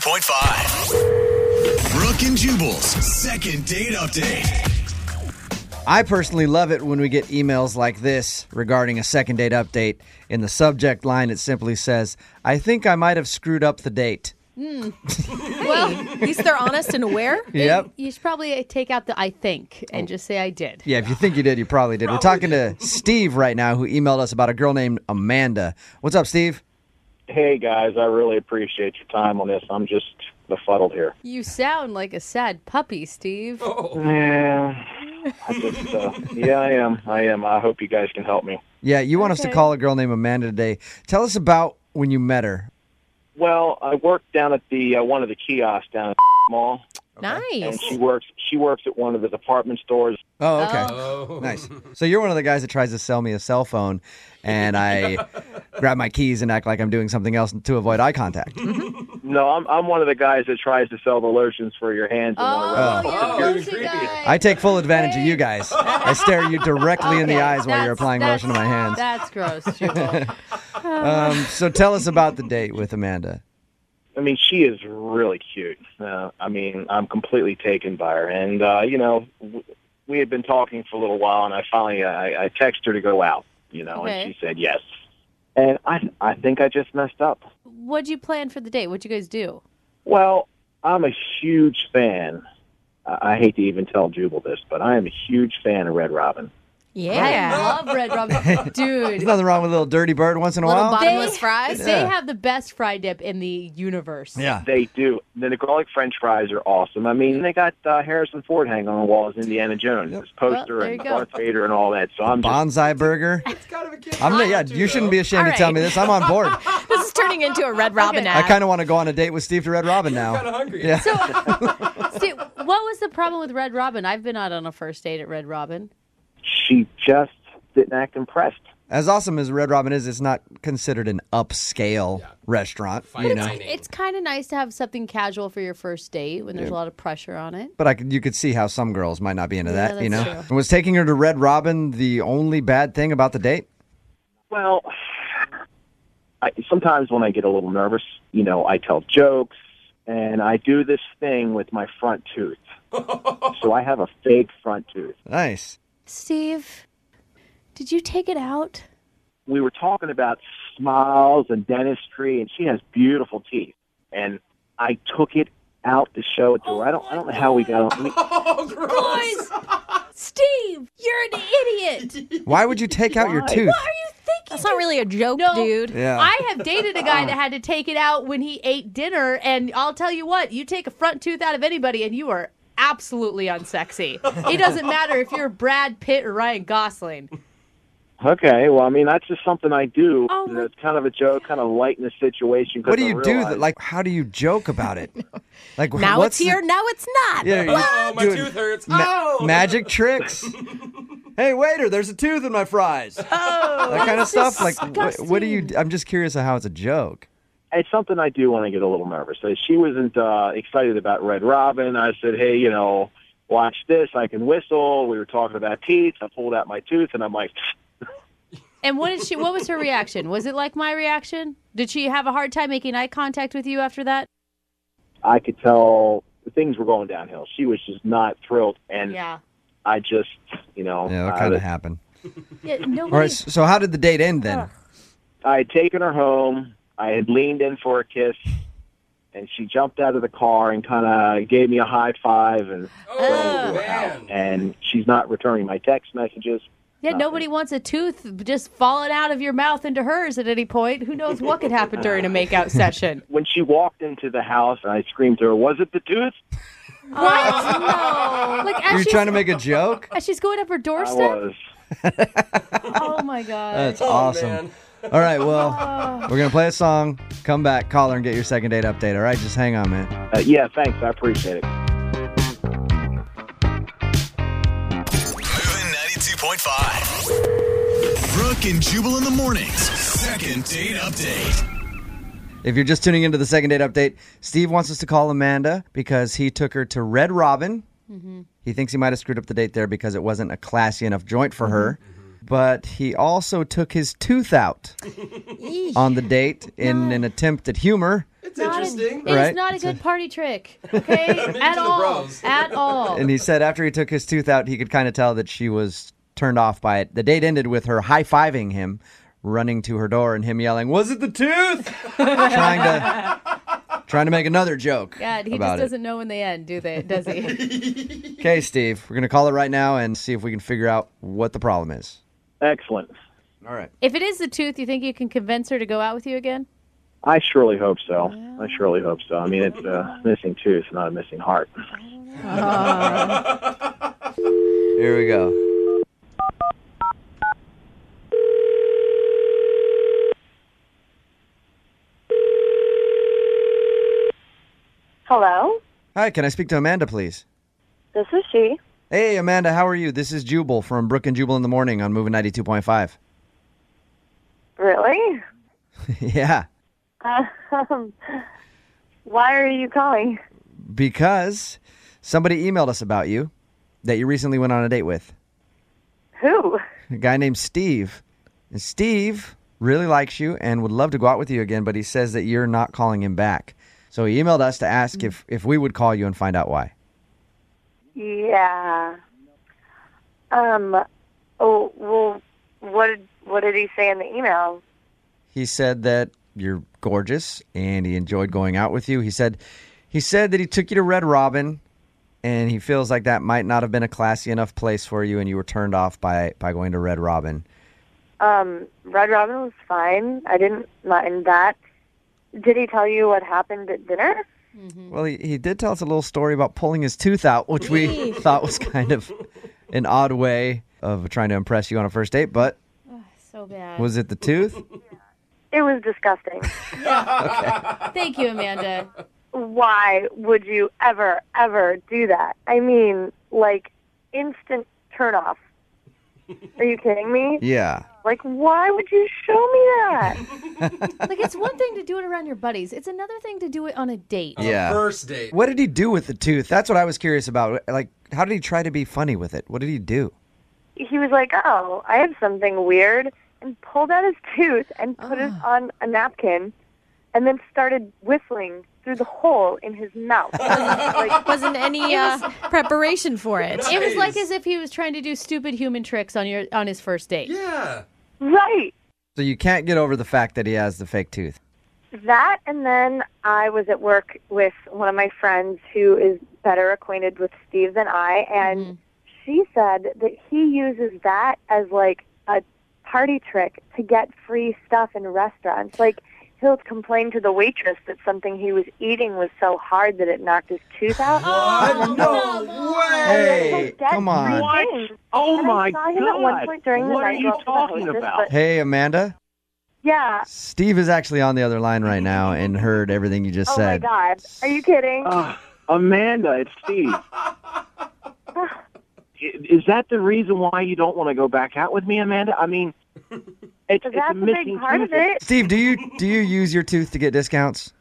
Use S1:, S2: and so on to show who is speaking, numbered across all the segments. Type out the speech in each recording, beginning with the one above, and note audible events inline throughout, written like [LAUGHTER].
S1: 93.5. Brooke and Jubal's second date update.
S2: I personally love it when we get emails like this regarding a second date update. In the subject line, it simply says, I think I might have screwed up the date.
S3: Well, at
S4: [LAUGHS]
S3: least they're honest and aware.
S2: [LAUGHS] Yep.
S4: You should probably uh, take out the I think and just say I did.
S2: Yeah, if you think you did, you probably did. [LAUGHS] We're talking to Steve right now, who emailed us about a girl named Amanda. What's up, Steve?
S5: Hey guys, I really appreciate your time on this. I'm just befuddled here.
S4: You sound like a sad puppy, Steve.
S5: Yeah, I just, uh, yeah, I am. I am. I hope you guys can help me.
S2: Yeah, you want us to
S4: Okay.
S2: call a girl named Amanda today. Tell us about when you met her.
S5: Well, I work down at the uh, one of the kiosks down at the mall, and
S4: Nice.
S5: she works. She works at one of the department stores.
S2: Oh, okay. Nice. So you're one of the guys that tries to sell me a cell phone, and [LAUGHS] I grab my keys and act like I'm doing something else to avoid eye contact.
S5: No, I'm I'm one of the guys that tries to sell the lotions for your hands. And wanna
S4: Oh,
S5: rub
S4: you're
S5: them.
S4: a lotion guy.
S2: I take full advantage of you guys. I stare you directly in the
S4: Okay,
S2: eyes while you're
S4: that's-
S2: applying
S4: that's-
S2: lotion to my hands.
S4: That's
S2: [LAUGHS]
S4: gross, Jubal.
S2: Um, so tell us about the date with Amanda.
S5: I mean, she is really cute. Uh, I mean, I'm completely taken by her. And, uh, you know, w- we had been talking for a little while, and I finally uh, I, I texted her to go out, you know,
S4: Okay.
S5: and she said yes. And I, I think I just messed up.
S4: What'd you plan for the date? What'd you guys do?
S5: Well, I'm a huge fan. I I hate to even tell Jubal this, but I am a huge fan of Red Robin.
S4: I love
S2: [LAUGHS]
S4: Red Robin. Dude,
S2: There's nothing wrong with a little dirty bird once in a
S3: Little
S2: while.
S3: bottom- Bottomless
S4: They-
S3: fries?
S4: They
S2: Yeah.
S4: have the best fry dip in the universe.
S2: yeah.
S5: They do. The garlic French fries are awesome. I mean, they got uh, Harrison Ford hanging on the wall as Indiana Jones, his poster
S4: Well, there you
S5: and
S4: go.
S5: Darth Vader and all that. So I'm just
S2: Bonsai burger. I'm not, yeah, you shouldn't be ashamed to
S3: All
S2: tell
S3: right.
S2: me this. I'm on board.
S4: [LAUGHS]
S3: This is turning into a Red Robin
S4: Okay.
S2: I
S3: ad.
S2: kind of want to go on a date with Steve to Red Robin now.
S6: hungry.
S2: Yeah.
S4: See, what was the problem with Red Robin? I've been out on a first date at Red Robin.
S5: she just didn't act impressed.
S2: As awesome as Red Robin is, it's not considered an upscale restaurant, you know.
S4: It's kind of nice to have something casual for your first date when there's a lot of pressure on it.
S2: But I could, you could see how some girls might not be into
S4: Yeah,
S2: that, you know.
S4: that's true.
S2: And was taking her to Red Robin the only bad thing about the date?
S5: Well, I, sometimes when I get a little nervous, you know, I tell jokes and I do this thing with my front
S2: [LAUGHS]
S5: tooth. so I have a fake front tooth.
S2: Nice.
S4: Steve, did you take it out?
S5: We were talking about smiles and dentistry, and she has beautiful teeth. And I took it out to show it to her. I don't, I don't know how we
S2: [LAUGHS]
S5: got. on-
S4: Steve, you're an
S2: [LAUGHS]
S4: idiot.
S2: Why would you take out your tooth?
S3: That's not really a joke,
S4: No.
S3: dude.
S2: Yeah.
S4: I have dated a guy that had to take it out when he ate dinner, and I'll tell you what, you take a front tooth out of anybody, and you are absolutely unsexy. it doesn't matter if you're Brad Pitt or
S2: [LAUGHS]
S4: Ryan Gosling.
S5: Okay, well, I mean, that's just something I do.
S4: Oh, my-
S5: it's kind of a joke, kind of lighten the situation. 'cause
S2: What do
S5: I
S2: you do?
S5: realized-
S2: That, like, how do you joke about it? Like, wh-
S3: Now
S2: what's
S3: it's here, now it's not.
S2: The, yeah, you're
S6: Oh, my
S2: doing
S6: tooth hurts.
S2: ma-
S6: oh! [LAUGHS]
S2: magic tricks. hey, waiter, there's a tooth in my fries. that kind of stuff. Like, wh- what do you? d- I'm just curious of how it's a joke.
S5: it's something I do when I get a little nervous. So she wasn't uh, excited about Red Robin. I said, hey, you know, watch this. I can whistle. We were talking about teeth. I pulled out my tooth, and I'm like,
S4: And what did she? What was her reaction? Was it like my reaction? Did she have a hard time making eye contact with you after that?
S5: I could tell things were going downhill. She was just not thrilled, and
S4: Yeah.
S5: I just, you know,
S2: Yeah, that
S5: I,
S2: kind of
S5: was-
S2: happened.
S4: Yeah.
S2: All right.
S4: Nobody.
S2: s- So, how did the date end then?
S5: I had taken her home. I had leaned in for a kiss, and she jumped out of the car and kind of gave me a high five, and
S6: Oh, man.
S5: and she's not returning my text messages.
S4: Yeah. Nobody wants a tooth just falling out of your mouth into hers at any point. Who knows what could happen during a
S2: [LAUGHS]
S4: makeout session?
S5: when she walked into the house and I screamed to her, "Was it the tooth?"
S4: What? no. Like as
S2: You're
S4: she's,
S2: trying to make a joke.
S4: as she's going up her
S5: I
S4: doorstep.
S5: was.
S4: Oh my god.
S2: That's
S6: Oh,
S2: awesome.
S6: man.
S2: All right, well, we're going to play a song, come back, call her, and get your second date update. All right, just hang on, man.
S5: Uh, yeah, thanks. I appreciate it.
S6: Oh.
S1: Moving 92.5. Brooke and Jubal in the mornings. Second date update.
S2: If you're just tuning into the second date update, Steve wants us to call Amanda because he took her to Red Robin. He thinks he might have screwed up the date there because it wasn't a classy enough joint for her. but he also took his tooth out
S4: [LAUGHS]
S2: on the date in an attempt at humor.
S6: It's
S4: Not a-
S6: interesting.
S4: It
S2: Right?
S4: is not a good party
S2: [LAUGHS]
S4: trick, okay? At
S6: the
S4: all.
S6: bros.
S4: At all.
S2: And he said after he took his tooth out, he could kind of tell that she was turned off by it. The date ended with her high fiving him, running to her door, and him yelling, "Was it the
S4: [LAUGHS]
S2: tooth?" trying to trying to make another joke.
S4: God, he
S2: about
S4: just doesn't know when they end, do they?
S2: [LAUGHS]
S4: Does he?
S2: it. Okay, Steve, we're gonna call it right now and see if we can figure out what the problem is.
S5: Excellent.
S2: All right.
S4: if it is the tooth, you think you can convince her to go out with you again?
S5: I surely hope so. I surely hope so. I mean, it's a missing tooth, not a missing heart.
S2: Here we go.
S7: Hello,
S2: Hi, can I speak to Amanda, please?
S7: this is she.
S2: Hey, Amanda, how are you? This is Jubal from Brook and Jubal in the Morning on Moving 92.5.
S7: Really?
S2: [LAUGHS]
S7: [LAUGHS]
S2: yeah,
S7: Um, why are you calling?
S2: because somebody emailed us about you that you recently went on a date with.
S7: Who?
S2: A guy named Steve. And Steve really likes you and would love to go out with you again, but he says that you're not calling him back. So he emailed us to ask if, if we would call you and find out why.
S7: Yeah. Um. Oh well. What did What did he say in the email?
S2: He said that you're gorgeous and he enjoyed going out with you. He said he said that he took you to Red Robin and he feels like that might not have been a classy enough place for you and you were turned off by, by going to Red Robin.
S7: Um. Red Robin was fine. I didn't mind that. Did he tell you what happened at dinner?
S2: Well, he, he did tell us a little story about pulling his tooth out, which we [LAUGHS] thought was kind of an odd way of trying to impress you on a first date, but
S4: So bad.
S2: was it the tooth?
S7: It was disgusting.
S4: Thank you, Amanda.
S7: why would you ever ever do that? I mean, like instant turn off. Are you kidding me?
S2: Yeah.
S7: Like, why would you show me that?
S4: like, it's one thing to do it around your buddies, it's another thing to do it on a date.
S2: Yeah.
S6: First date.
S2: What did he do with the tooth? That's what I was curious about. Like, how did he try to be funny with it? What did he do?
S7: He was like, oh, I have something weird, and pulled out his tooth and put it on a napkin, and then started whistling through the hole in his mouth. like,
S3: Wasn't any uh, preparation for it.
S4: It was like as if he was trying to do stupid human tricks on your on his first date.
S6: Yeah.
S7: right.
S2: So you can't get over the fact that he has the fake tooth.
S7: That, and then I was at work with one of my friends who is better acquainted with Steve than I, and she said that he uses that as like a party trick to get free stuff in restaurants. Like, he'll complain to the waitress that something he was eating was so hard that it knocked his tooth out.
S6: No way.
S7: And then he'll
S2: Hey,
S7: get
S2: come on.
S7: free
S5: What?
S7: things.
S5: Oh
S7: And
S5: my
S7: I saw him at one
S5: God.
S7: point during the
S5: What are
S7: night
S5: you
S7: go up to the
S5: talking
S7: hostess,
S5: about?
S7: but-
S2: Hey, Amanda.
S7: yeah.
S2: Steve is actually on the other line right now and heard everything you just
S7: Oh my
S2: said.
S7: God. Are you kidding?
S6: Uh,
S5: Ah, Amanda, it's Steve.
S7: [SIGHS]
S5: I- Is that the reason why you don't want to go back out with me, Amanda? I mean, it's, it's
S7: That's
S5: a
S7: a
S5: missing
S7: big part
S5: tooth.
S7: of it.
S2: Steve, do you do you use your tooth to get discounts?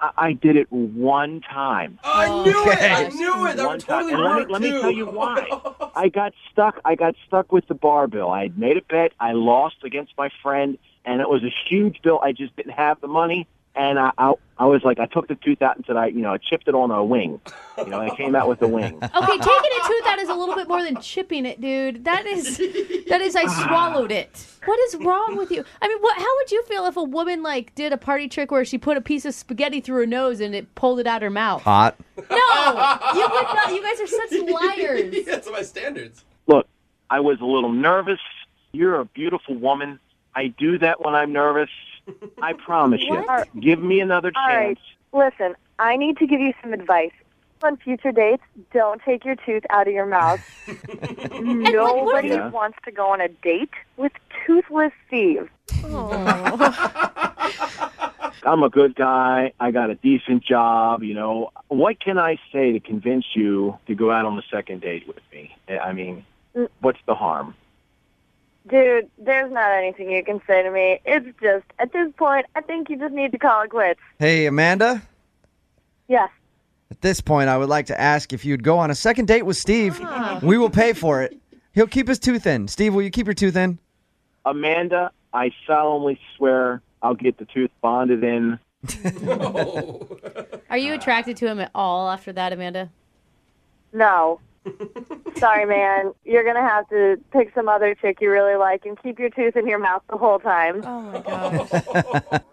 S5: I, I did it one time.
S6: Oh, I knew it. I
S2: Okay.
S6: knew it. That
S5: one
S6: would totally
S5: time. And
S6: work
S5: let me,
S6: too.
S5: let me tell
S6: [LAUGHS]
S5: you why. I got stuck. I got stuck with the bar bill. I had made a bet. I lost against my friend, and it was a huge bill. I just didn't have the money, and I, I, I was like, I took the tooth out and said, I, you know, I chipped it on a wing. You know, and I came out with
S6: [LAUGHS]
S5: a wing.
S4: Okay, taking a tooth out is a little bit more than chipping it, dude. That is, that is, I swallowed it. What is wrong with you? I mean, what? How would you feel if a woman like did a party trick where she put a piece of spaghetti through her nose and it pulled it out her mouth?
S2: Hot.
S4: No, you would not. You guys are such
S6: [LAUGHS]
S4: liars.
S6: That's my standards.
S5: Look, I was a little nervous. You're a beautiful woman. I do that when I'm nervous. I promise you.
S4: What?
S5: Give me another
S7: All right.
S5: chance.
S7: Listen, I need to give you some advice. On future dates, don't take your tooth out of your mouth. Nobody
S5: Yeah.
S7: wants to go on a date with toothless Steve.
S5: I'm a good guy. I got a decent job. You know, what can I say to convince you to go out on the second date with me? Eh, I mean, what's the harm?
S7: Dude, there's not anything you can say to me. It's just, at this point, I think you just need to call it quits.
S2: Hey, Amanda.
S7: Yes. Ah.
S2: At this point, I would like to ask if you'd go on a second date with Steve. We will pay for it. He'll keep his tooth in. Steve, will you keep your tooth in?
S5: Amanda, I solemnly swear I'll get the tooth bonded in.
S4: [LAUGHS] Are you attracted to him at all after that, [LAUGHS] Amanda?
S7: No. Sorry, man. You're going to have to pick some other chick you really like and keep your tooth in your mouth the whole time.
S4: Oh my god.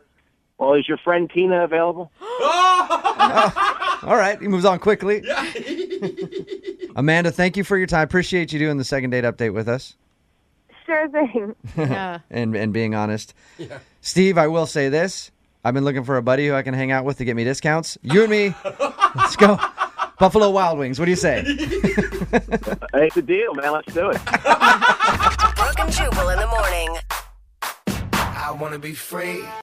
S5: Well, is your friend Tina available?
S2: All right, he moves on quickly. Amanda, thank you for your time. Appreciate you doing the second date update with us
S7: Sure thing.
S4: yeah.
S2: and, and being honest. Steve, I will say this. I've been looking for a buddy who I can hang out with to get me discounts. You and me, let's go. Buffalo Wild Wings, what do you say?
S5: It's a deal, man. Let's do it.
S8: Brooke and Jubal in the morning.
S9: I wanna be free.